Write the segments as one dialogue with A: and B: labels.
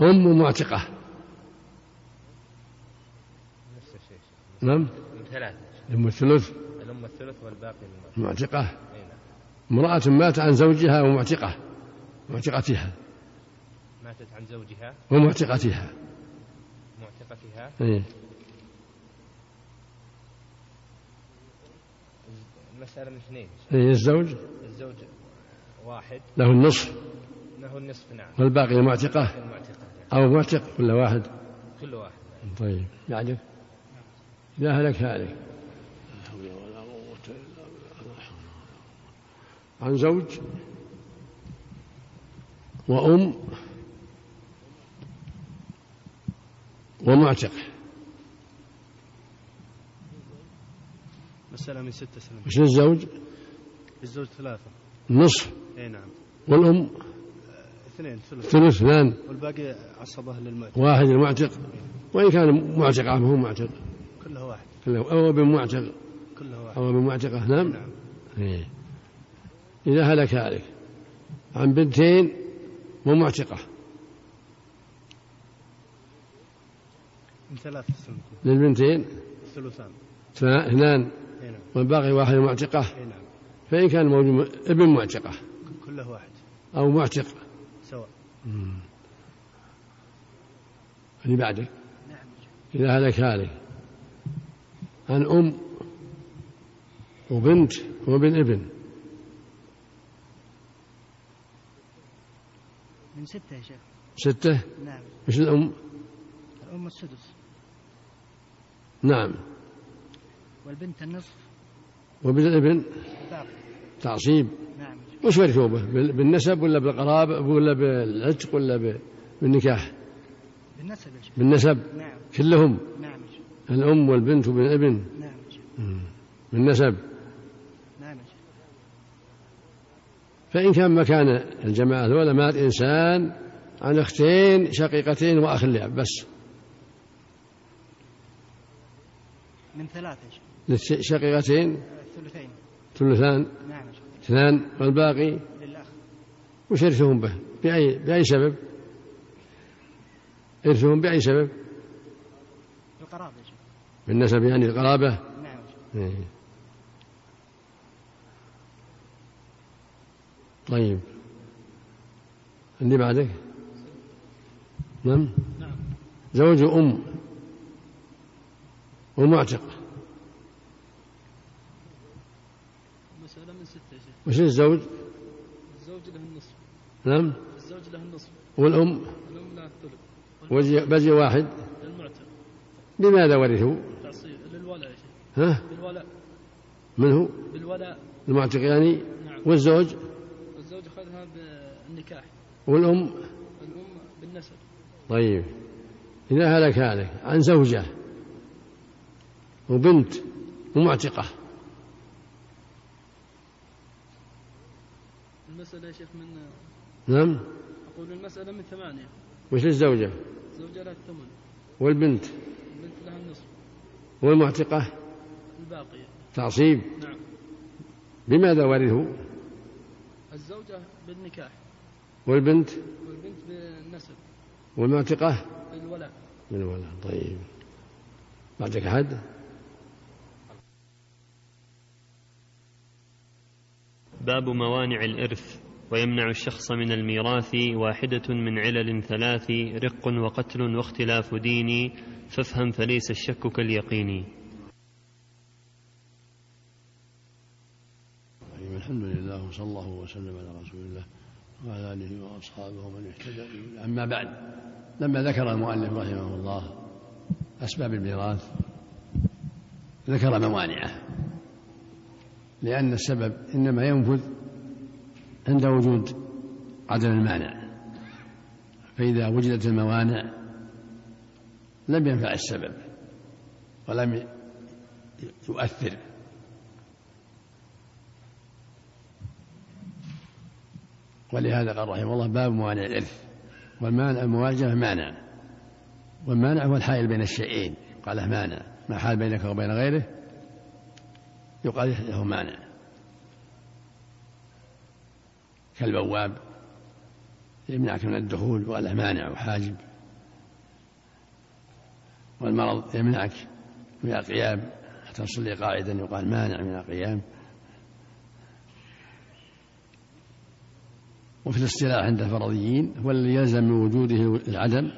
A: أم معتقة
B: نفس الشيء شيخ.
A: نعم
B: من ثلاثة شيخ.
A: أم الثلث
B: الأم الثلث والباقي المرأة
A: معتقة
B: أي نعم
A: امرأة مات عن زوجها ومعتقة معتقتها
B: ماتت عن زوجها
A: ومعتقتها
B: معتقتها
A: إيه.
B: المسألة من اثنين شيخ.
A: إيه الزوج
B: الزوج واحد
A: له النصف
B: له النصف نعم
A: والباقي معتقة
B: المعتقة نعم.
A: أو معتق كل واحد
B: كل واحد نعم.
A: طيب يعرف لا هلك هالك عن زوج وأم ومعتق
C: مسألة من ستة سنين
A: وش الزوج
C: الزوج ثلاثة
A: نصف
C: اي نعم
A: والأم
C: اثنين ثلث
A: ثلث اثنان
C: والباقي عصبة للموت
A: واحد المعتق وإن كان معتق عام هو معتق
C: كلها واحد
A: أو ابن معتق
C: كلها واحد
A: أو ابن معتقة نعم
C: نعم
A: إيه. إذا هلك هالك عن بنتين ومعتقة
C: من ثلاثة سنين
A: للبنتين
C: ثلثان
A: ثنا- اثنان
C: اي نعم
A: والباقي واحد معتقة
C: اي نعم
A: فإن كان موجود م- ابن معتقة
C: كلها واحد
A: أو معتق
C: سواء
A: اللي بعدك إذا هلك هالك عن أم وبنت وابن ابن
D: من ستة يا شيخ
A: ستة
D: نعم
A: مش الأم
D: الأم السدس
A: نعم
D: والبنت النصف
A: وابن الابن
D: الباقي
A: تعصيب
D: نعم
A: وش مرثوبة بال- بالنسب ولا بالقرابة ولا بالعتق ولا ب- بالنكاح
D: بالنسب يا شيخ
A: بالنسب
D: نعم
A: كلهم
D: نعم يا شيخ
A: الأم والبنت والابن
D: نعم يا شيخ
A: بالنسب
D: نعم يا شيخ
A: فإن كان مكان الجماعة الأولى مات إنسان عن أختين شقيقتين وأخ لأب بس
D: من ثلاثة يا شيخ
A: للشقيقتين
D: الثلثين
A: ثلثان
D: نعم يا شيخ
A: اثنان والباقي
D: للأخ
A: وش يرثهم به بأي, بأي سبب يرثهم بأي سبب
D: القرابة يا شيخ
A: بالنسب يعني القرابة
D: نعم يا شيخ
A: إيه. طيب اللي بعدك نعم
C: نعم.
A: زوج أم ومعتق
C: مسألة من ستة يا شيخ
A: وش الزوج
C: الزوج له النصف
A: نعم
C: الزوج له النصف
A: والأم
C: الأم لها الثلث
A: وجي- بقي واحد
C: المعتق
A: لماذا ورثوا
C: تعصيب للولاء يا شيخ
A: ها
C: بالولاء
A: من هو
C: بالولاء
A: المعتق يعني
C: نعم
A: والزوج
C: والزوج أخذها بالنكاح
A: والأم
C: الأم بالنسب
A: طيب إذا هلك هلك عن زوجة وبنت ومعتقة
C: المسألة يا شيخ من
A: نعم
C: أقول المسألة من ثمانية
A: وش الزوجة
C: الزوجة لها الثمن
A: والبنت
C: البنت لها النصف
A: والمعتقة
C: الباقي
A: تعصيب
C: نعم
A: بماذا ورثوا
C: الزوجة بالنكاح
A: والبنت
C: والبنت بالنسب
A: والمعتقة
C: بالولاء
A: من ولا طيب بعدك أحد
E: باب موانع الإرث ويمنع الشخص من الميراث واحدة من علل ثلاث رق وقتل واختلاف دين فافهم فليس الشك كاليقين
A: طيب الحمد لله وصلى الله وسلم على رسول الله وعلى آله وأصحابه ومن اهتدى به أما بعد لما ذكر المؤلف رحمه الله أسباب الميراث ذكر موانعه لأن السبب إنما ينفذ عند وجود عدم المانع فإذا وجدت الموانع لم ينفع السبب ولم يؤثر ولهذا قال رحمه الله باب موانع الإرث والمانع المواجهة مانع والمانع هو الحائل بين الشيئين قال له مانع ما حال بينك وبين غيره يقال له مانع كالبواب يمنعك من الدخول وقال له مانع وحاجب والمرض يمنعك من القيام حتى تصلي قاعدا يقال مانع من القيام وفي الاصطلاح عند الفرضيين هو الذي يلزم من وجوده العدم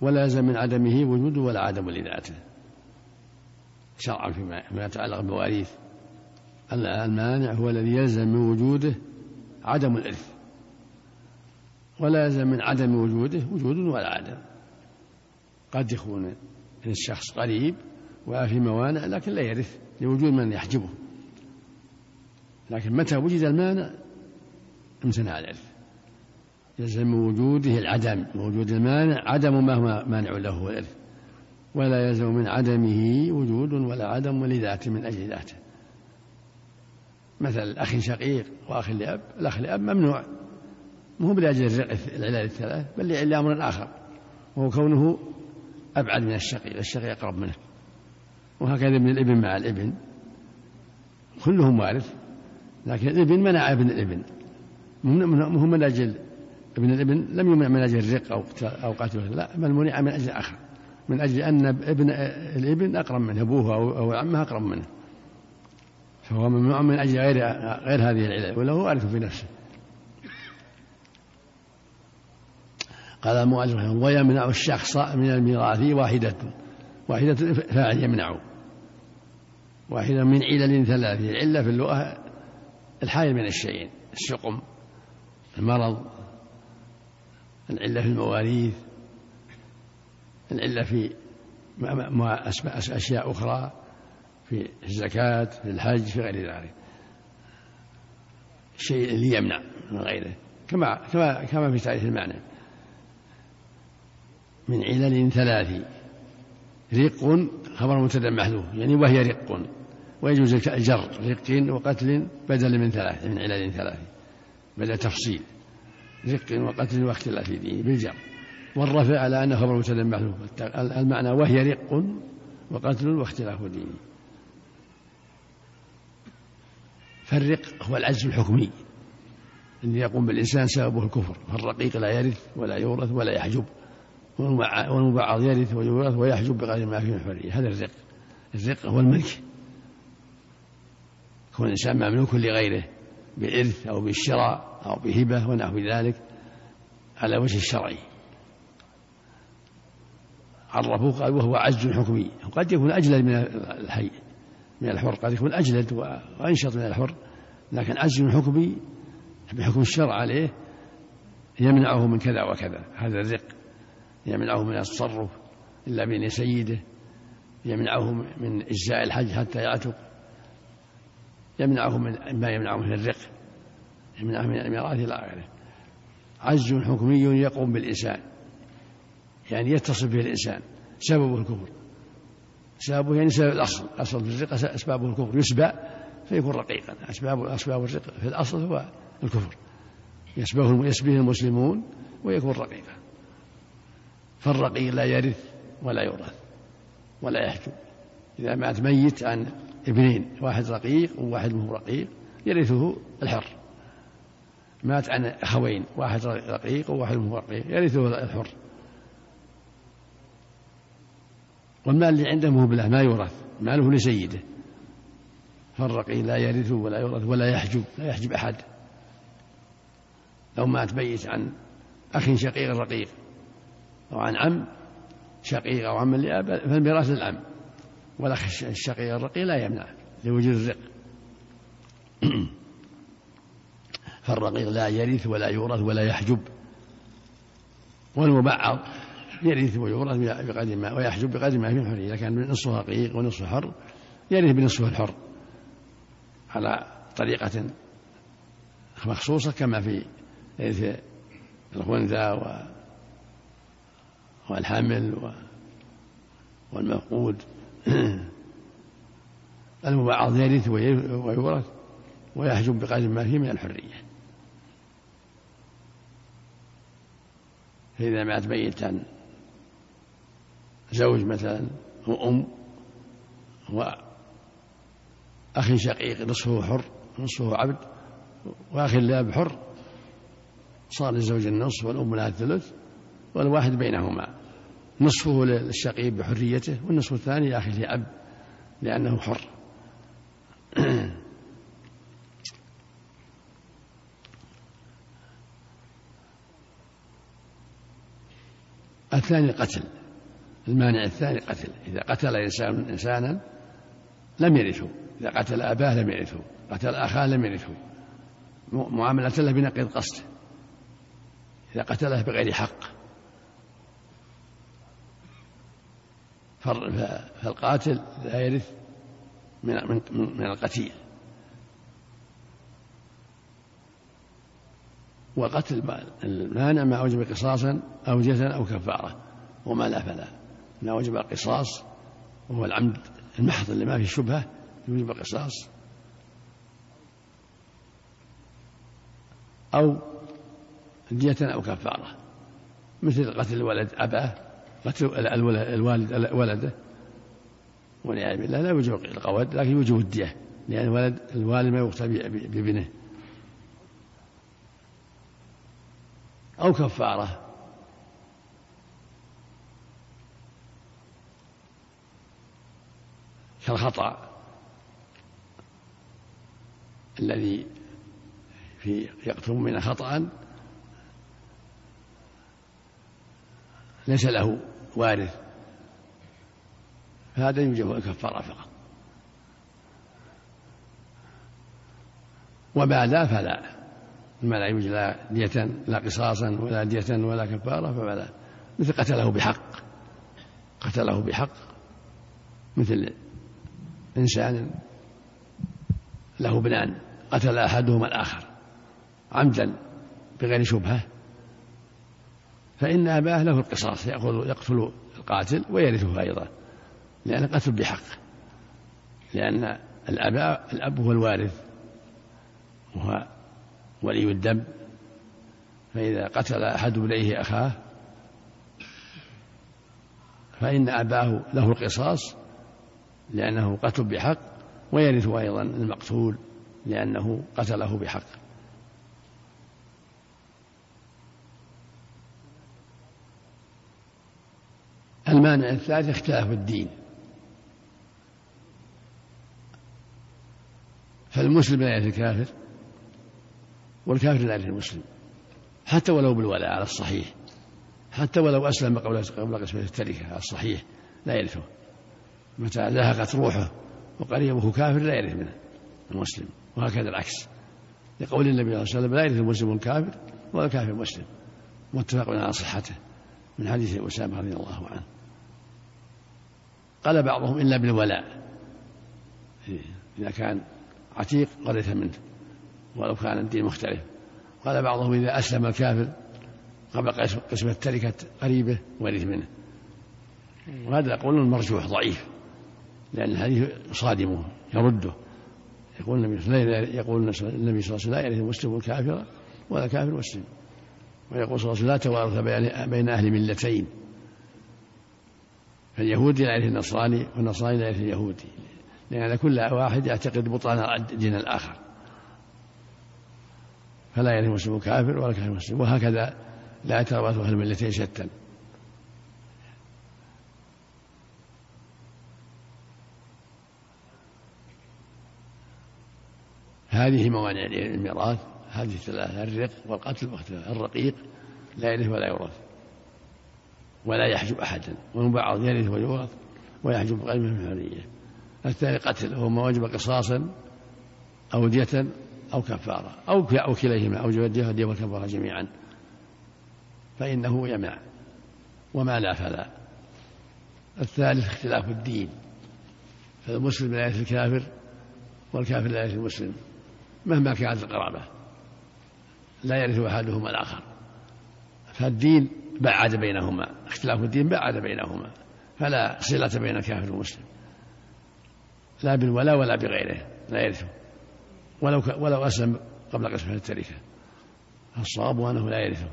A: ولا يلزم من عدمه وجوده ولا عدم لذاته شرعا فيما فيما يتعلق بالمواريث المانع هو الذي يلزم من وجوده عدم الإرث ولا يلزم من عدم وجوده وجود ولا عدم قد يكون الشخص قريب وفي موانع لكن لا يرث لوجود من يحجبه لكن متى وجد المانع امتنع الإرث يلزم من وجوده العدم من وجود المانع عدم ما هو مانع له هو الإرث ولا يلزم من عدمه وجود ولا عدم لذاته من أجل ذاته مثل أخ شقيق وأخ لأب الأخ لأب ممنوع مو لأجل الرق- العلل الثلاث بل لأمر آخر وهو كونه أبعد من الشقيق الشقيق أقرب منه وهكذا من الابن مع الابن كلهم وارث لكن الابن منع ابن الابن ممنوع- ممنوع- مو من أجل ابن الابن لم يمنع من أجل الرق أو قت- أو قتله لا بل منع من أجل آخر من أجل أن ابن الابن أقرب منه أبوه أو أو عمه أقرب منه فهو ممنوع من أجل غير غير هذه العلل وله وارث في نفسه قال المؤلف رحمه الله ويمنع الشخص من الميراث واحدة واحدة فاعل يمنع واحدة من علل ثلاث العلة في اللغة الحائل من الشيئين السقم المرض العلة في المواريث العلة في ما- ما- ما- أس- أس- أشياء أخرى في الزكاة في الحج في غير ذلك الشيء اللي يمنع من غيره كما كما كما في تعريف المعنى من علل ثلاث رق خبر مبتدا محذوف يعني وهي رق ويجوز الجر رق وقتل بدل من ثلاث من علل ثلاث بدل تفصيل رق وقتل واختلاف دينه بالجر والرفع على انه خبر مبتدا محذوف المعنى وهي رق وقتل واختلاف دينه فالرق هو العجز الحكمي الذي يقوم بالإنسان سببه الكفر فالرقيق لا يرث ولا يورث ولا يحجب والمع- والمبعض يرث ويورث ويحجب بقدر ما فيه من حرية هذا الرق الرق هو الملك كون الإنسان مملوك لغيره بالإرث أو بالشراء أو بهبة ونحو ذلك على وجه الشرعي عرفوه قال وهو عجز حكمي قد يكون أجلد من الحي من الحر قد يكون أجلد وأنشط من الحر لكن عجز حكمي بحكم الشرع عليه يمنعه من كذا وكذا هذا الرق يمنعه من التصرف إلا بإذن سيده يمنعه من إجزاء الحج حتى يعتق يمنعه من ما يمنعه من الرق يمنعه من الميراث إلى آخره عجز حكمي يقوم بالإنسان يعني يتصف به الإنسان سببه الكفر سببه يعني سبب الأصل أصل في الرق أسبابه الكفر يسبى فيكون رقيقا أسباب أسباب الرق في الأصل هو الكفر يسبه يسبيه المسلمون ويكون رقيقا فالرقيق لا يرث ولا يورث ولا يحجب إذا مات ميت عن ابنين واحد رقيق وواحد مو رقيق يرثه الحر مات عن أخوين واحد رقيق وواحد مو رقيق يرثه الحر والمال اللي عنده ما هو بالله ما يورث ماله لسيده فالرقيق لا يرث ولا يورث ولا يحجب لا يحجب أحد لو مات ميت عن أخ شقيق رقيق أو عن عم شقيق أو عم لأب فالميراث للعم والأخ الش- الشقيق الرقي لا يمنع لوجود الرق فالرقيق لا يرث ولا يورث ولا يحجب والمبعض يرث ويورث بقدر ما ويحجب بقدر ما في حرية إذا كان نصفه رقيق ونصفه حر يرث بنصفه الحر على طريقة مخصوصة كما في إرث الخنثى و والحمل و- والمفقود المبعض يرث وي- ويورث ويحجب بقدر ما فيه من الحرية فإذا مات ميتا زوج مثلا وأم وأخ شقيق نصفه حر نصفه عبد وأخ لأب حر صار للزوج النصف والأم لها الثلث والواحد بينهما نصفه للشقي بحريته والنصف الثاني لأخيه لأب لأنه حر الثاني قتل المانع الثاني قتل إذا قتل إنسان إنسانا لم يرثه إذا قتل أباه لم يرثه قتل أخاه لم يرثه م- معاملة له بنقيض قصده إذا قتله بغير حق فر- ف- فالقاتل لا يرث من من من- من القتيل والقتل ما- المانع ما أوجب قصاصا أو جزا أو كفارة وما لا فلا ما وجب القصاص وهو العمد المحض اللي ما فيه شبهة يوجب القصاص أو دية أو كفارة مثل قتل الولد أباه قتل ال- الول- الوالد ال- ولده والعياذ بالله لا يوجب القود لكن يوجب الدية لأن الولد الوالد ما يقتل ب- ب- بابنه أو كفارة كالخطأ الذي في يقترب منه خطأ ليس له وارث فهذا يوجب الكفارة فقط وما لا فلا ما لا يوجد لا دية لا قصاصا ولا دية ولا كفارة فلا مثل قتله بحق قتله بحق مثل إنسان له ابنان قتل أحدهما الآخر عمدا بغير شبهة فإن أباه له القصاص يأخذ يقتل القاتل ويرثه أيضا لأن قتل بحق لأن الأباء الأب هو الوارث وهو ولي الدم فإذا قتل أحد ابنيه أخاه فإن أباه له القصاص لأنه قتل بحق ويرث أيضا المقتول لأنه قتله بحق المانع الثالث اختلاف الدين فالمسلم لا يرث الكافر والكافر لا يرث المسلم حتى ولو بالولاء على الصحيح حتى ولو أسلم قبل قبل قسمة التركة على الصحيح لا يرثه متى زهقت روحه وقريبه كافر لا يرث منه المسلم وهكذا العكس لقول النبي صلى الله عليه وسلم لا يرث المسلم الكافر ولا الكافر المسلم متفق على صحته من حديث أسامة رضي الله عنه قال بعضهم إلا بالولاء إذا كان عتيق ورث منه ولو كان الدين مختلف قال بعضهم إذا أسلم الكافر قبل قسمة تركة قريبه ورث منه وهذا قول مرجوح ضعيف لأن الحديث يصادمه يرده يقول النبي صلى الله عليه وسلم- يقول النبي صلى الله عليه وسلم لا يرث المسلم الكافر ولا كافر مسلم ويقول صلى الله عليه وسلم لا توارث بين- بين أهل ملتين فاليهودي لا يرث النصراني والنصراني لا يرث اليهودي لأن كل واحد يعتقد بطلان دين الآخر فلا يرث المسلم كافر ولا كافر مسلم وهكذا لا يتوارث أهل الملتين شتى هذه موانع الميراث هذه الثلاثة الرق والقتل واختلاف الرقيق لا يرث ولا يورث ولا يحجب أحدا والمبعض يرث ويورث ويحجب غيره من حرية الثاني قتل وهو ما وجب قصاصا أو دية أو كفارة أو ك- أو كليهما أوجب الدية والدية والكفارة جميعا فإنه يمنع وما لا فلا الثالث اختلاف الدين فالمسلم لا يرث الكافر والكافر لا يرث المسلم مهما كانت القرابة لا يرث أحدهما الآخر فالدين بعد بينهما اختلاف الدين بعد بينهما فلا صلة بين الكافر والمسلم لا بالولا ولا بغيره لا يرثه ولو ك- ولو أسلم قبل قسمة التركة الصواب أنه لا يرثه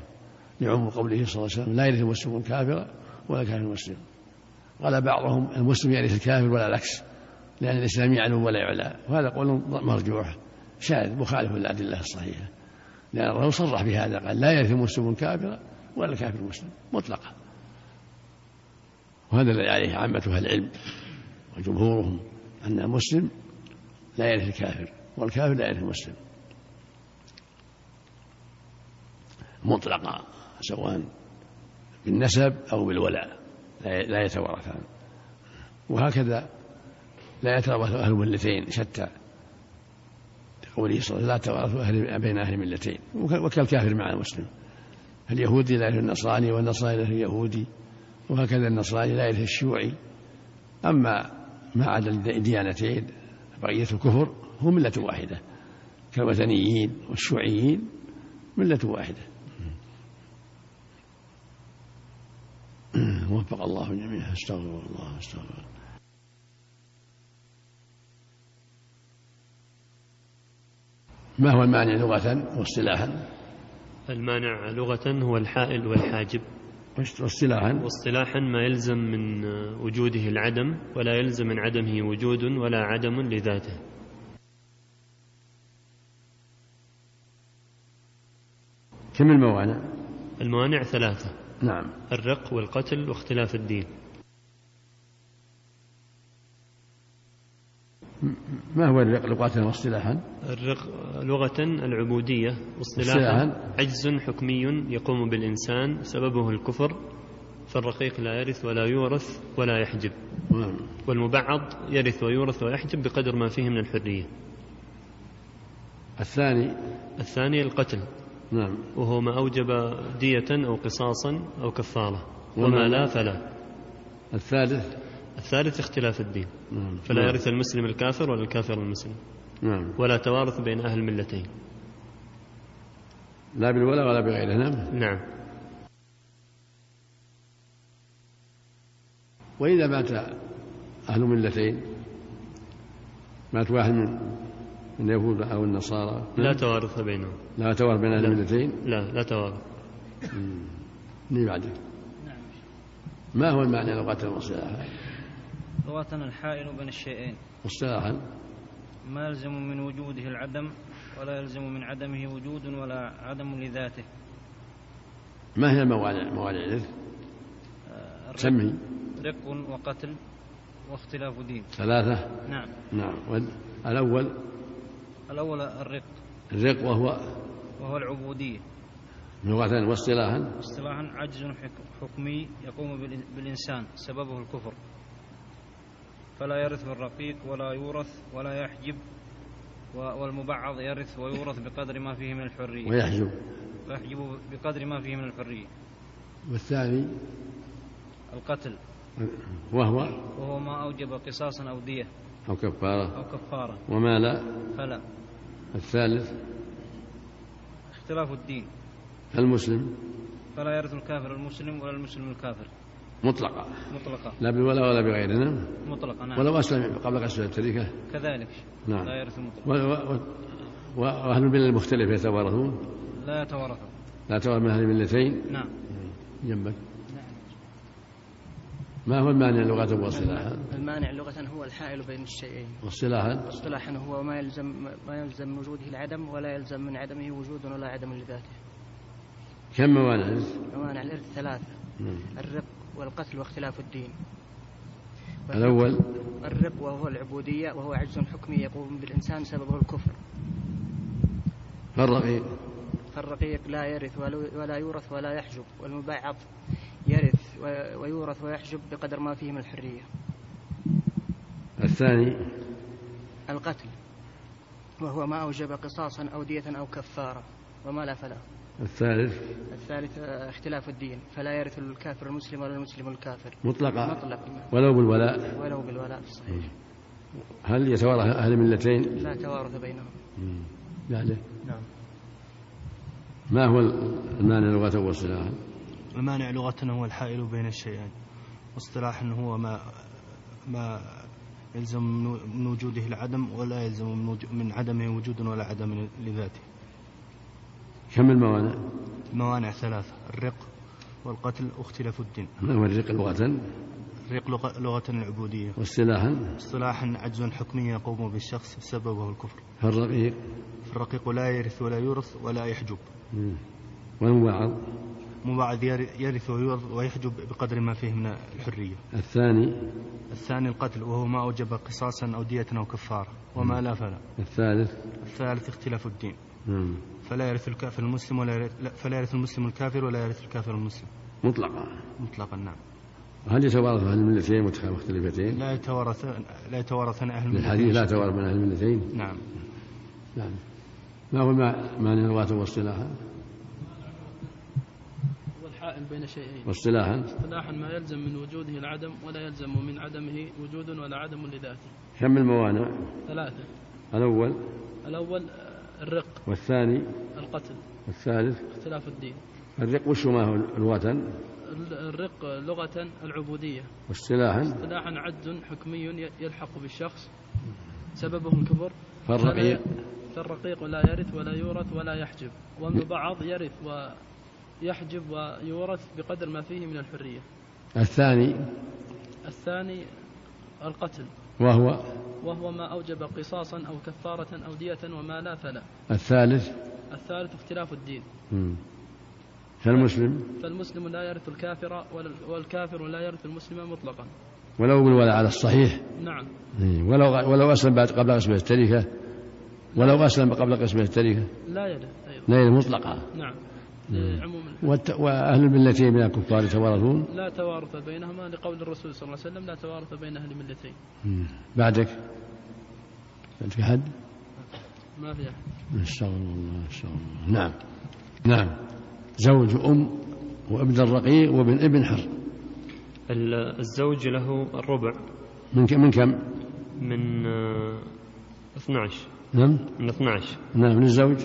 A: لعموم قوله صلى الله عليه وسلم لا يرث المسلم الكافر ولا كافر المسلم قال بعضهم المسلم يرث الكافر ولا العكس لأن الإسلام يعلو ولا يعلى وهذا قول مرجوح شاذ مخالف للأدلة الصحيحة لأن الرسول صرح بهذا قال لا يرث مسلم كافرا ولا كافر مسلم مطلقا وهذا الذي عليه عامة أهل العلم وجمهورهم أن المسلم لا يرث الكافر والكافر لا يرث المسلم مطلقا سواء بالنسب أو بالولاء لا لا يتوارثان وهكذا لا يتوارث أهل ملتين شتى لقوله صلى الله عليه وسلم لا توارث أهل بين أهل ملتين وك- وكالكافر مع المسلم اليهودي لا يرث النصراني والنصراني لا يرث اليهودي وهكذا النصراني لا يرث الشيوعي أما ما عدا الديانتين بقية الكفر هو ملة واحدة كالوثنيين والشيوعيين ملة واحدة وفق الله الجميع استغفر الله استغفر الله ما هو المانع لغة واصطلاحا
E: المانع لغة هو الحائل والحاجب
A: واصطلاحا
E: واصطلاحا ما يلزم من وجوده العدم ولا يلزم من عدمه وجود ولا عدم لذاته
A: كم الموانع؟
E: الموانع ثلاثة
A: نعم
E: الرق والقتل واختلاف الدين
A: ما هو الرق لغة واصطلاحا؟
E: الرق لغة العبودية واصطلاحا
A: اصطلاحاً؟
E: عجز حكمي يقوم بالإنسان سببه الكفر فالرقيق لا يرث ولا يورث ولا يحجب
A: نعم.
E: والمبعض يرث ويورث ويحجب بقدر ما فيه من الحرية
A: الثاني
E: الثاني القتل
A: نعم
E: وهو ما أوجب دية أو قصاصا أو كفارة
A: وما
E: وما لا فلا
A: الثالث
E: الثالث اختلاف الدين
A: نعم
E: فلا
A: نعم.
E: يرث المسلم الكافر ولا الكافر المسلم
A: نعم
E: ولا توارث بين أهل الملتين
A: لا بالولا ولا بغيره نعم
E: نعم
A: وإذا مات أهل ملتين مات واحد من من اليهود أو النصارى
E: لا توارث بينهم
A: لا توارث بين أهل
E: لا.
A: الملتين
E: لا لا توارث
A: اللي بعده
F: نعم
A: ما هو المعنى لغة واصطلاحا؟
F: لغة الحائل بين الشيئين
A: واصطلاحا
F: ما يلزم من وجوده العدم ولا يلزم من عدمه وجود ولا عدم لذاته
A: ما هي موانع موانع الإرث؟
F: آه، الرق-
A: سمي
F: رق وقتل واختلاف دين
A: ثلاثة
F: نعم
A: نعم وال- الأول
F: الأول الرق
A: الرق وهو
F: وهو العبودية
A: لغة واصطلاحا
F: اصطلاحا عجز حك- حكمي يقوم بالإن- بالإنسان سببه الكفر فلا يرث الرقيق ولا يورث ولا يحجب و- والمبعض يرث ويورث بقدر ما فيه من الحرية
A: ويحجب
F: ويحجب بقدر ما فيه من الحرية
A: والثاني
F: القتل
A: وهو
F: وهو ما أوجب قصاصا أو دية
A: أو كفارة
F: أو كفارة
A: وما لا
F: فلا
A: الثالث
F: اختلاف الدين
A: المسلم
F: فلا يرث الكافر المسلم ولا المسلم الكافر
A: مطلقا
F: مطلقا
A: لا بالولا ولا بغيره نعم
F: مطلقا نعم
A: ولو أسلم قبل قسم التركة
F: كذلك
A: نعم.
F: لا يرث مطلقا
A: و- و- و- وأهل الملل المختلفة يتوارثون
F: لا يتورث
A: لا توارث من أهل الملتين
F: نعم
A: جنبك
D: نعم
A: ما هو المعنى لغة واصطلاحا
D: المانع لغة هو الحائل بين الشيئين
A: واصطلاحا
D: واصطلاحا هو ما يلزم ما يلزم من وجوده العدم ولا يلزم من عدمه وجود ولا عدم لذاته
A: كم موانع نعم. الإرث؟
D: موانع الإرث ثلاثة الرق والقتل واختلاف الدين
A: الأول
D: الرق وهو العبودية وهو عجز حكمي يقوم بالإنسان سببه الكفر
A: فالرقيق
D: فالرقيق لا يرث ولا- ولا يورث ولا يحجب والمبعض يرث و- ويورث ويحجب بقدر ما فيه من الحرية
A: الثاني
D: القتل وهو ما أوجب قصاصا أو دية أو كفارة وما لا فلا
A: الثالث
D: الثالث آه، اختلاف الدين فلا يرث الكافر المسلم ولا المسلم الكافر
A: مطلقا
D: مطلقا
A: ولو بالولاء
D: ولو بالولاء في الصحيح
A: هل يتوارث أهل الملتين؟
D: لا توارث بينهم
A: بعده
D: نعم
A: ما هو المعنى لغة واصطلاحا
G: المانع لغة هو الحائل بين الشيئين واصطلاحا هو ما ما يلزم من- من وجوده العدم ولا يلزم من وج- من عدمه وجود ولا عدم لذاته
A: كم الموانع؟
G: موانع ثلاثة الرق والقتل واختلاف الدين
A: ما هو الرق لغة
G: الرق لغ- لغة العبودية
A: واصطلاحا
G: اصطلاحا عجز حكمي يقوم بالشخص سببه الكفر
A: فالرقيق نعم.
G: فالرقيق لا يرث ولا يورث ولا يحجب
A: والمبعض
G: مبعض ير- يرث ويورث ويحجب بقدر ما فيه من الحرية
A: الثاني
G: الثاني القتل وهو ما أوجب قصاصا أو دية أو كفارة وما لا فلا
A: الثالث
G: الثالث اختلاف الدين
A: نعم
G: فلا يرث الكافر المسلم ولا يرث لا، فلا يرث المسلم الكافر ولا يرث الكافر المسلم
A: مطلقا
G: مطلقا نعم
A: هل يتوارث أهل الملتين متخ- مختلفتين؟
G: لا يتوارث لا يتوارثان أهل الملة
A: الحديث لا
G: شيئاً.
A: توارث من أهل الملتين
G: نعم
A: نعم ما هو ما معنى لغة واصطلاحا
C: هو الحائل بين شيئين
A: واصطلاحا
C: اصطلاحا ما يلزم من وجوده العدم ولا يلزم من عدمه وجود ولا عدم لذاته
A: كم الموانع
C: ثلاثة
A: الأول
C: الأول آه، الرق
A: والثاني
C: القتل
A: والثالث
C: اختلاف الدين
A: الرق وش ما هو الوطن
C: ال- الرق لغة العبودية
A: واصطلاحا
C: اصطلاحا عد حكمي ي- يلحق بالشخص سببه الكبر
A: فالرقيق
C: فالرقيق لا يرث ولا يورث ولا يحجب وأما بعض يرث ويحجب ويورث بقدر ما فيه من الحرية
A: الثاني
C: الثاني القتل
A: وهو
C: وهو ما أوجب قصاصا أو كفارة أو دية وما لا فلا
A: الثالث
C: الثالث اختلاف الدين
A: مم. كالمسلم
C: فالمسلم لا يرث الكافر ولا- والكافر لا يرث المسلم مطلقا
A: ولو بالولاء على الصحيح
C: نعم
A: إيه، ولو ولو أسلم بعد قبل قسمة التركة ولو أسلم قبل قسمة التركة
C: لا يرث أيضا
A: نيل مطلقة
C: نعم لعموم الحديث.
A: والت- وأهل الملتين من الكفار يتوارثون
C: لا توارث بينهما لقول الرسول صلى الله عليه وسلم لا توارث بين أهل ملتين
A: مم. بعدك عندك أحد؟
C: ما في أحد
A: استغفر الله استغفر الله نعم نعم زوج أم وابن الرقيق وابن ابن حر
E: ال- الزوج له الربع
A: من كم من كم؟
E: من آه، 12
A: نعم
E: من 12
A: نعم للزوج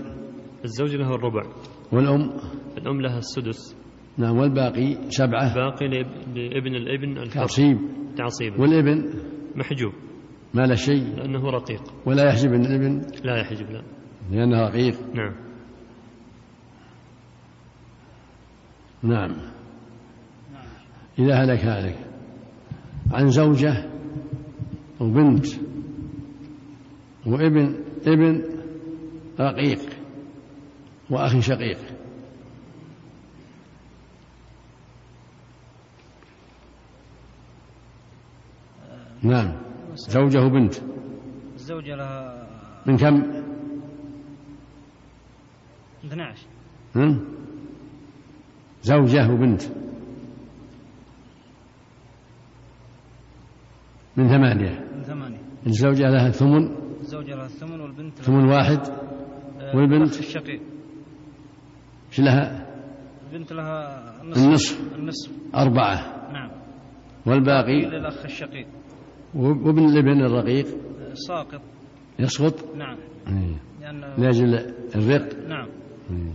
E: الزوج له الربع
A: والأم
E: الأم لها السدس
A: نعم والباقي سبعة
E: باقي لاب- لابن الابن الفرق
A: تعصيب
E: تعصيبا
A: والابن
E: محجوب
A: ما له شيء
E: لأنه رقيق
A: ولا يحجب عن الابن
E: لا يحجب لا
A: لأنه رقيق
E: نعم
A: نعم إذا هلك هلك عن زوجة وبنت وابن ابن رقيق وأخ شقيق نعم زوجة وبنت
F: الزوجة لها
A: من كم؟
F: 12
A: هم؟ زوجة وبنت من ثمانية
F: من ثمانية
A: الزوجة لها ثمن
F: الزوجة لها الثمن والبنت لها
A: ثمن واحد
F: آه،
A: والبنت؟
F: الأخ الشقيق
A: ايش لها
F: البنت لها
A: النصف.
F: النصف
A: أربعة
F: نعم
A: والباقي
F: للأخ الشقيق
A: وابن الابن الرقيق
F: آه، ساقط
A: يسقط
F: نعم
A: إيه،
F: لأن
A: لأجل الرق
F: نعم
A: إيه.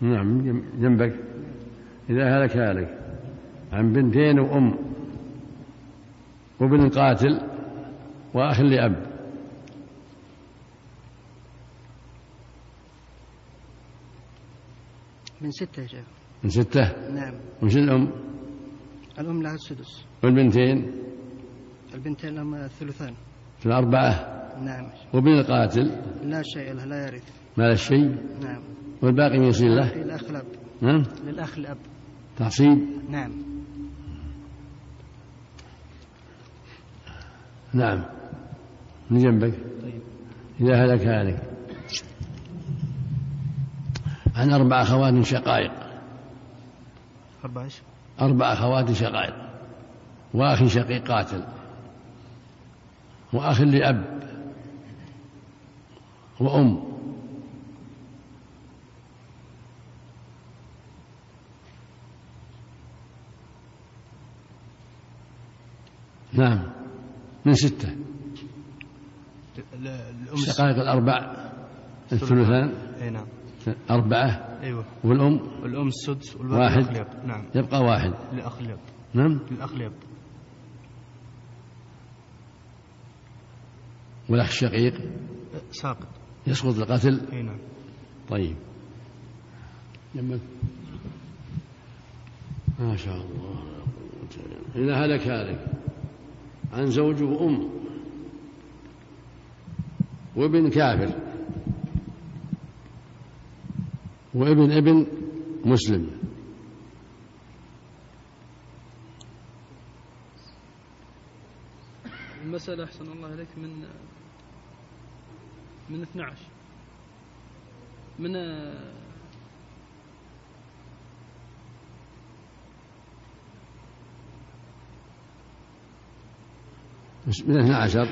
A: نعم جم- جنبك إذا هلك هالك عن بنتين وأم وابن قاتل وأخ لأب
D: من ستة يا شيخ
A: من ستة
D: نعم
A: وش الأم
D: الأم لها السدس
A: والبنتين
D: البنتين لهما الثلثان
A: في الأربعة
D: نعم
A: وابن القاتل
D: لا شيء له لا يرث
A: ما له شيء
D: نعم
A: والباقي من يصير له
D: للأخ الأب
A: نعم
D: للأخ الأب
A: تعصيب
D: نعم
A: نعم من جنبك إذا هلك هالك عن أربع أخوات شقائق
G: أربعة إيش؟
A: أربع أخوات شقائق وأخ شقيق قاتل وأخ لأب وأم نعم من ستة
G: ال- الأم
A: الشقائق الأربع الثلثان
G: أي نعم
A: أربعة
G: أيوه
A: والأم
G: الأم السدس
A: واحد.
G: والباقي الأخ الأب نعم
A: يبقى واحد
G: الأخ الأب
A: نعم
G: الأخ الأب
A: والأخ الشقيق
G: آه، ساقط
A: يسقط القتل
G: أي نعم
A: طيب جنبك ما شاء الله إذا هلك هلك عن زوج وأم وابن كافر وابن ابن مسلم
C: المسألة أحسن الله إليك من من 12 من آه،
A: من 12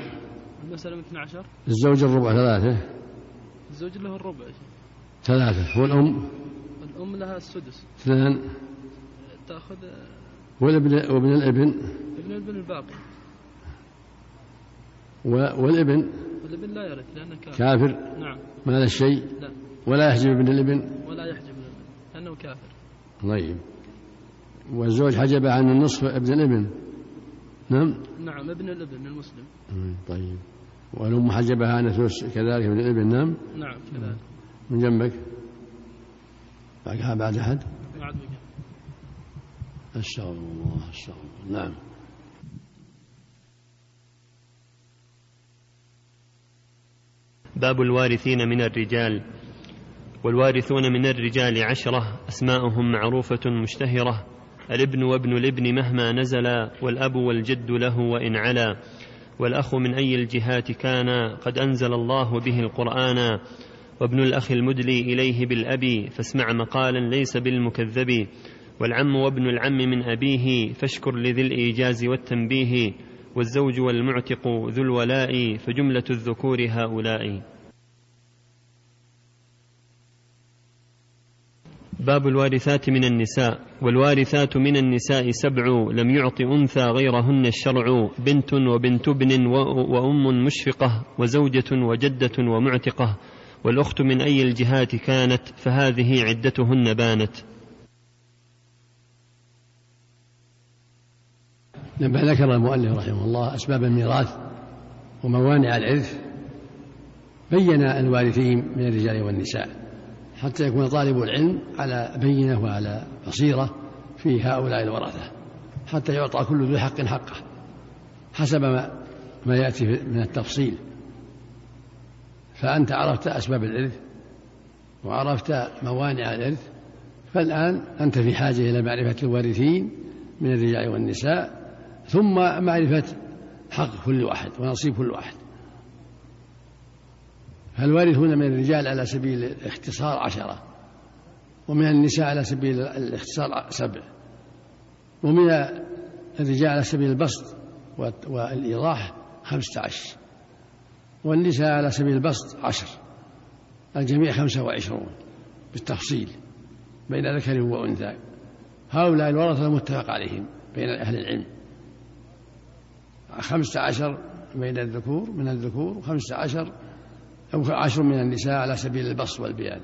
C: المسألة من 12
A: الزوج الربع ثلاثة
C: الزوج له الربع يا شيخ.
A: ثلاثة والأم
C: الأم لها السدس
A: اثنان
C: تأخذ آه،
A: والابن وابن الابن
C: ابن الابن الباقي
A: و- والابن
C: والابن لا يرث لأنه كافر
A: كافر
C: نعم
A: ما له شيء
C: لا
A: ولا يحجب ابن الابن
C: ولا يحجب من الابن لأنه كافر
A: طيب والزوج حجب عن النصف ابن الابن نعم
C: نعم ابن الابن المسلم
A: مم، طيب والأم حجبها عن ثلث كذلك ابن الابن نعم
C: نعم كذلك
A: من جنبك بعدها بعد أحد
C: بعد وجه
A: استغفر الله استغفر الله. نعم
E: باب الوارثين من الرجال والوارثون من الرجال عشرة أسماؤهم معروفة مشتهرة الابن وابن الابن مهما نزلا والأب والجد له وإن علا والأخ من أي الجهات كان قد أنزل الله به القرآن وابن الأخ المدلي إليه بالأب فاسمع مقالا ليس بالمكذب والعم وابن العم من أبيه فاشكر لذي الإيجاز والتنبيه والزوج والمعتق ذو الولاء فجملة الذكور هؤلاء باب الوارثات من النساء والوارثات من النساء سبع لم يعط أنثى غيرهن الشرع بنت وبنت ابن و- وأم مشفقة وزوجة وجدة ومعتقة والأخت من أي الجهات كانت فهذه عدتهن بانت
A: لما ذكر المؤلف رحمه الله أسباب الميراث وموانع العرث بين الوارثين من الرجال والنساء حتى يكون طالب العلم على بينة وعلى بصيرة في هؤلاء الورثة حتى يعطى كل ذو حق حقه حسب ما, ما يأتي من التفصيل فأنت عرفت أسباب العرث وعرفت موانع العرث فالآن أنت في حاجة إلى معرفة الوارثين من الرجال والنساء ثم معرفة حق كل واحد ونصيب كل واحد فالوارثون من الرجال على سبيل الاختصار عشرة ومن النساء على سبيل الاختصار سبع ومن الرجال على سبيل البسط والت- والإيضاح خمسة عشر والنساء على سبيل البسط عشر الجميع خمسة وعشرون بالتفصيل بين ذكر وأنثى هؤلاء الورثة متفق عليهم بين أهل العلم خمسة عشر بين الذكور من الذكور وخمسة عشر أو عشر من النساء على سبيل البسط والبيان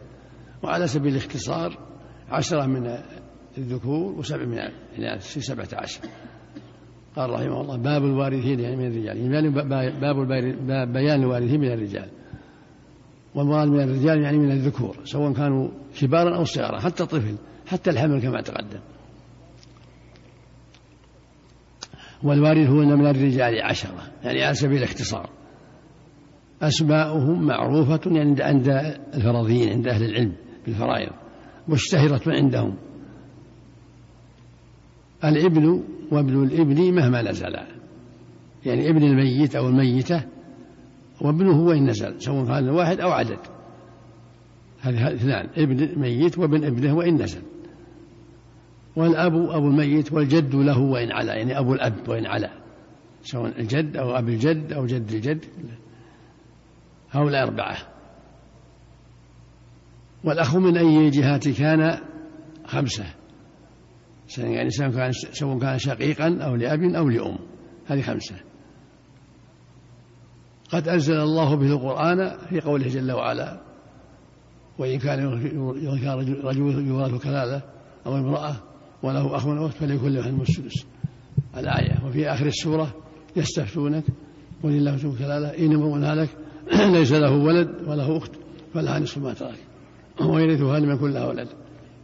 A: وعلى سبيل الاختصار عشرة من الذكور وسبع من الإناث في سبعة عشر قال رحمه الله باب الوارثين يعني من الرجال يعني باب باب البار- باب بيان الوارثين من الرجال والمراد من الرجال يعني من الذكور سواء كانوا كبارا أو صغارا حتى طفل حتى الحمل كما تقدم والوارثون من الرجال عشرة يعني على سبيل الاختصار أسماؤهم معروفة عند عند الفرضيين عند أهل العلم بالفرائض مشتهرة عندهم الابن وابن الابن مهما نزلا يعني ابن الميت أو الميتة وابنه وإن نزل سواء كان واحد أو عدد هذه اثنان ابن ميت وابن ابنه وإن نزل والأب أبو الميت والجد له وإن علا يعني أبو الأب وإن علا سواء الجد أو أب الجد أو جد الجد هؤلاء أربعة والأخ من أي جهات كان خمسة يعني سواء كان سواء كان شقيقا أو لأب أو لأم هذه خمسة قد أنزل الله به القرآن في قوله جل وعلا وإن كان وإن كان رجل رجل يورث كلالة أو امرأة وله أخ أو أخت فليكن له علم السدس الآية وفي آخر السورة يستفتونك قل الله سبحانه كلالة إن امرؤ هلك ليس له ولد وله أخت فلها نصف ما ترك ويرثها لمن كن له ولد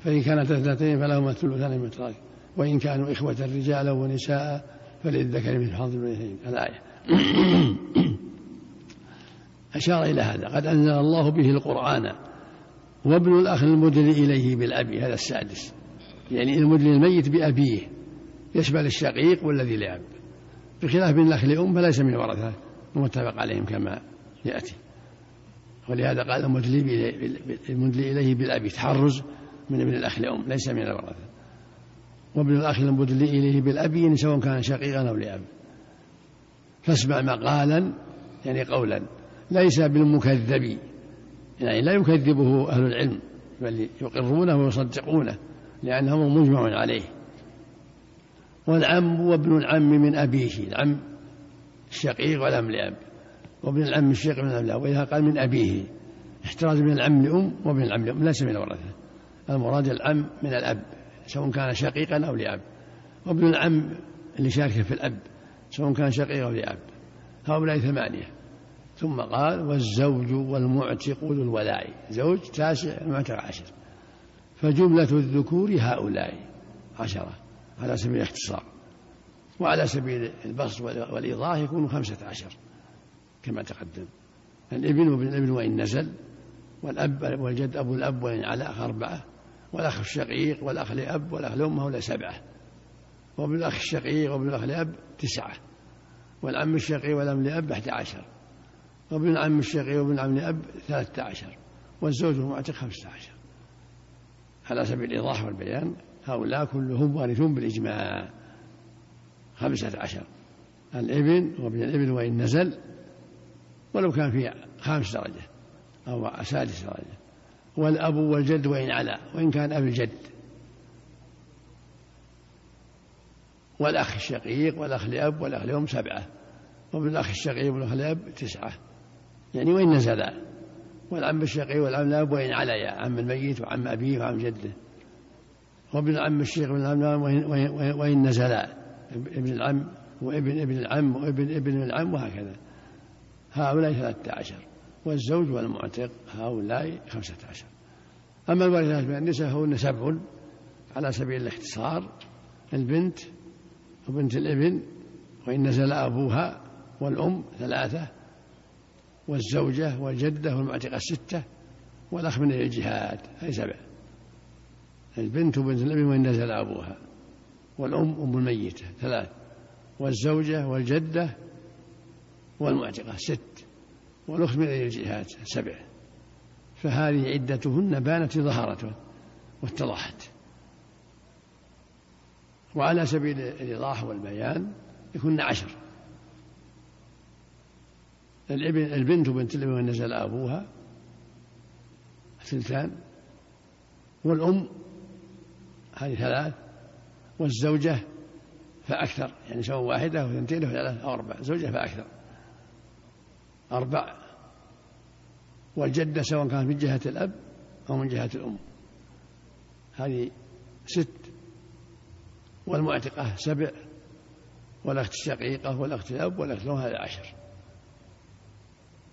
A: فإن كانت اثنتين فلهما الثلثان مما ترك وإن كانوا إخوة رجالا ونساء فللذكر مثل حظ الأنثيين الآية أشار إلى هذا قد أنزل الله به القرآن وابن الأخ المدل إليه بالأب هذا السادس يعني المدل الميت بأبيه يشمل الشقيق والذي لا أب بخلاف ابن الأخ لأم فليس من ورثة ومتفق عليهم كما يأتي ولهذا قال المدلي بال- المدلي إليه بالأب تحرز من ابن الأخ لأم ليس من الورثة وابن الأخ المدلي إليه بالأب سواء كان شقيقا أو لأب فاسمع مقالا يعني قولا ليس بالمكذب يعني لا يكذبه أهل العلم بل يقرونه ويصدقونه لأنه مجمع عليه والعم وابن العم من أبيه العم الشقيق والأم لأب وابن العم الشقيق من الأب لأب وإذا قال من أبيه احتراز من العم لأم وابن العم لأم ليس من الورثة المراد العم من الأب سواء كان شقيقا أو لأب وابن العم اللي شاركه في الأب سواء كان شقيقا أو لأب هؤلاء ثمانية ثم قال والزوج والمعتق ذو الولاء زوج تاسع معتق عشر فجملة الذكور هؤلاء عشرة على سبيل الاختصار وعلى سبيل البسط والإيضاح يكون خمسة عشر كما تقدم الابن وابن الابن وإن نزل والأب والجد أبو الأب وإن علق أربعة والأخ الشقيق والأخ لأب والأخ لأم هؤلاء سبعة وابن الأخ الشقيق وابن الأخ لأب تسعة والعم الشقيق والعم لأب أحد عشر وابن العم الشقيق وابن العم لأب ثلاثة عشر والزوج والمعتق خمسة عشر على سبيل الإيضاح والبيان هؤلاء كلهم وارثون بالإجماع خمسة عشر الابن وابن الابن وإن نزل ولو كان في خامس درجة أو سادس درجة والأب والجد وإن علا وإن كان أب الجد والأخ الشقيق والأخ لأب والأخ لأم سبعة وابن الأخ الشقيق والأخ لأب تسعة يعني وإن نزلا والعم الشقيق والعم لأب وإن عليا عم الميت وعم أبيه وعم جده وابن العم الشقيق والعم لأب وإن, وإن, وإن نزلا ابن العم وابن ابن العم وابن ابن العم وهكذا هؤلاء ثلاثة عشر والزوج والمعتق هؤلاء خمسة عشر أما الوارثات من النساء فهن سبع على سبيل الاختصار البنت وبنت الابن وإن نزل أبوها والأم ثلاثة والزوجة والجدة والمعتقة ستة والأخ من الجهاد هذه سبع البنت وبنت الابن وإن نزل أبوها والأم أم الميتة ثلاث والزوجة والجدة والمعتقة ست والأخت من أهل الجهاد سبع فهذه عدتهن بانت ظهرة واتضحت وعلى سبيل الإيضاح والبيان يكون عشر الابن البنت وبنت الابن وإن نزل أبوها ثلثان والأم هذه ثلاث والزوجة فأكثر يعني سواء واحدة أو اثنتين أو ثلاث أو أربع زوجة فأكثر أربع والجدة سواء كانت من جهة الأب أو من جهة الأم هذه ست والمعتقة سبع والأخت الشقيقة والأخت الأب والأخت الأم هذا عشر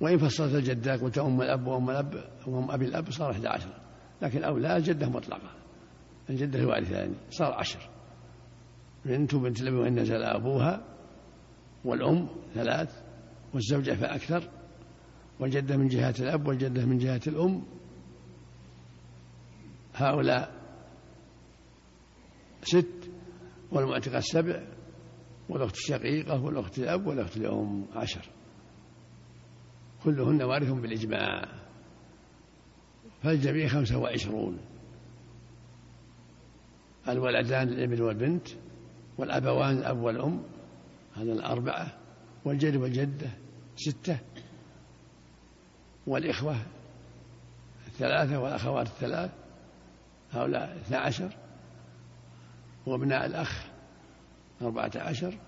A: وإن فصلت الجدة قلت أم الأب وأم الأب وأم أبي الأب صار 11 لكن أولى الجدة مطلقة الجدة الوارثان صار عشر بنت وبنت الأب وإن نزل أبوها والأم ثلاث والزوجة فأكثر والجدة من جهة الأب والجدة من جهة الأم هؤلاء ست والمعتقة السبع والأخت الشقيقة والأخت الأب والأخت الأم عشر كلهن وارث بالإجماع فالجميع خمسة وعشرون الولدان الابن والبنت والأبوان الأب والأم هذا الأربعة والجد والجدة ستة والإخوة الثلاثة والأخوات الثلاث هؤلاء اثنا عشر وابناء الأخ أربعة عشر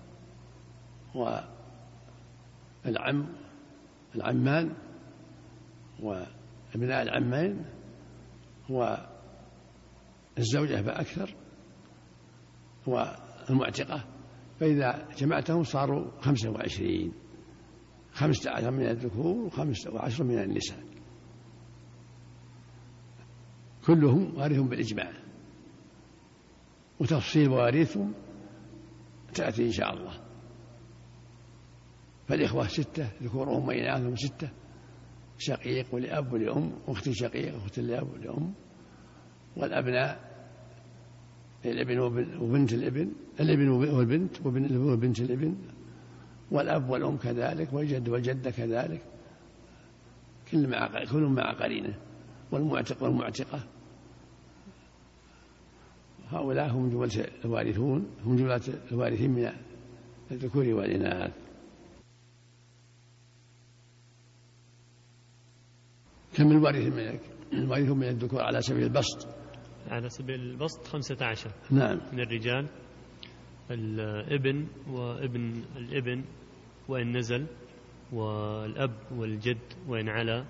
A: والعم العمان وابناء العمين والزوجة فأكثر والمعتقة فإذا جمعتهم صاروا خمسة وعشرين خمسة عشر من الذكور وخمسة وعشر من النساء كلهم وارث بالإجماع وتفصيل وارثهم تأتي إن شاء الله فالإخوة ستة ذكورهم وإناثهم ستة شقيق ولأب ولأم أخت شقيق أخت لأب ولأم والأبناء للابن وبن- وبنت الابن الابن وب- والبنت وبن- وبنت الابن والأب والأم كذلك والجد والجدة كذلك كل مع كل مع قرينه والمعتق والمعتقة هؤلاء هم جملة الوارثون هم جملة الوارثين من الذكور والإناث كم الوارث من الوارث من الذكور على سبيل البسط
C: على سبيل البسط خمسة عشر
A: نعم
C: من الرجال الابن وابن الابن وإن نزل والأب والجد وإن علا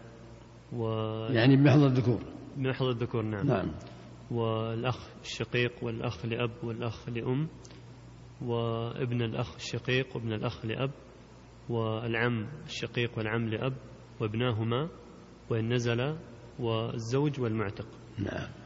C: ومحض
A: يعني بمحض الذكور
C: الذكور نعم
A: نعم
C: والأخ الشقيق والأخ لأب والأخ لأم وابن الأخ الشقيق وابن الأخ لأب والعم الشقيق والعم لأب وابناهما وإن نزل والزوج والمعتق
A: نعم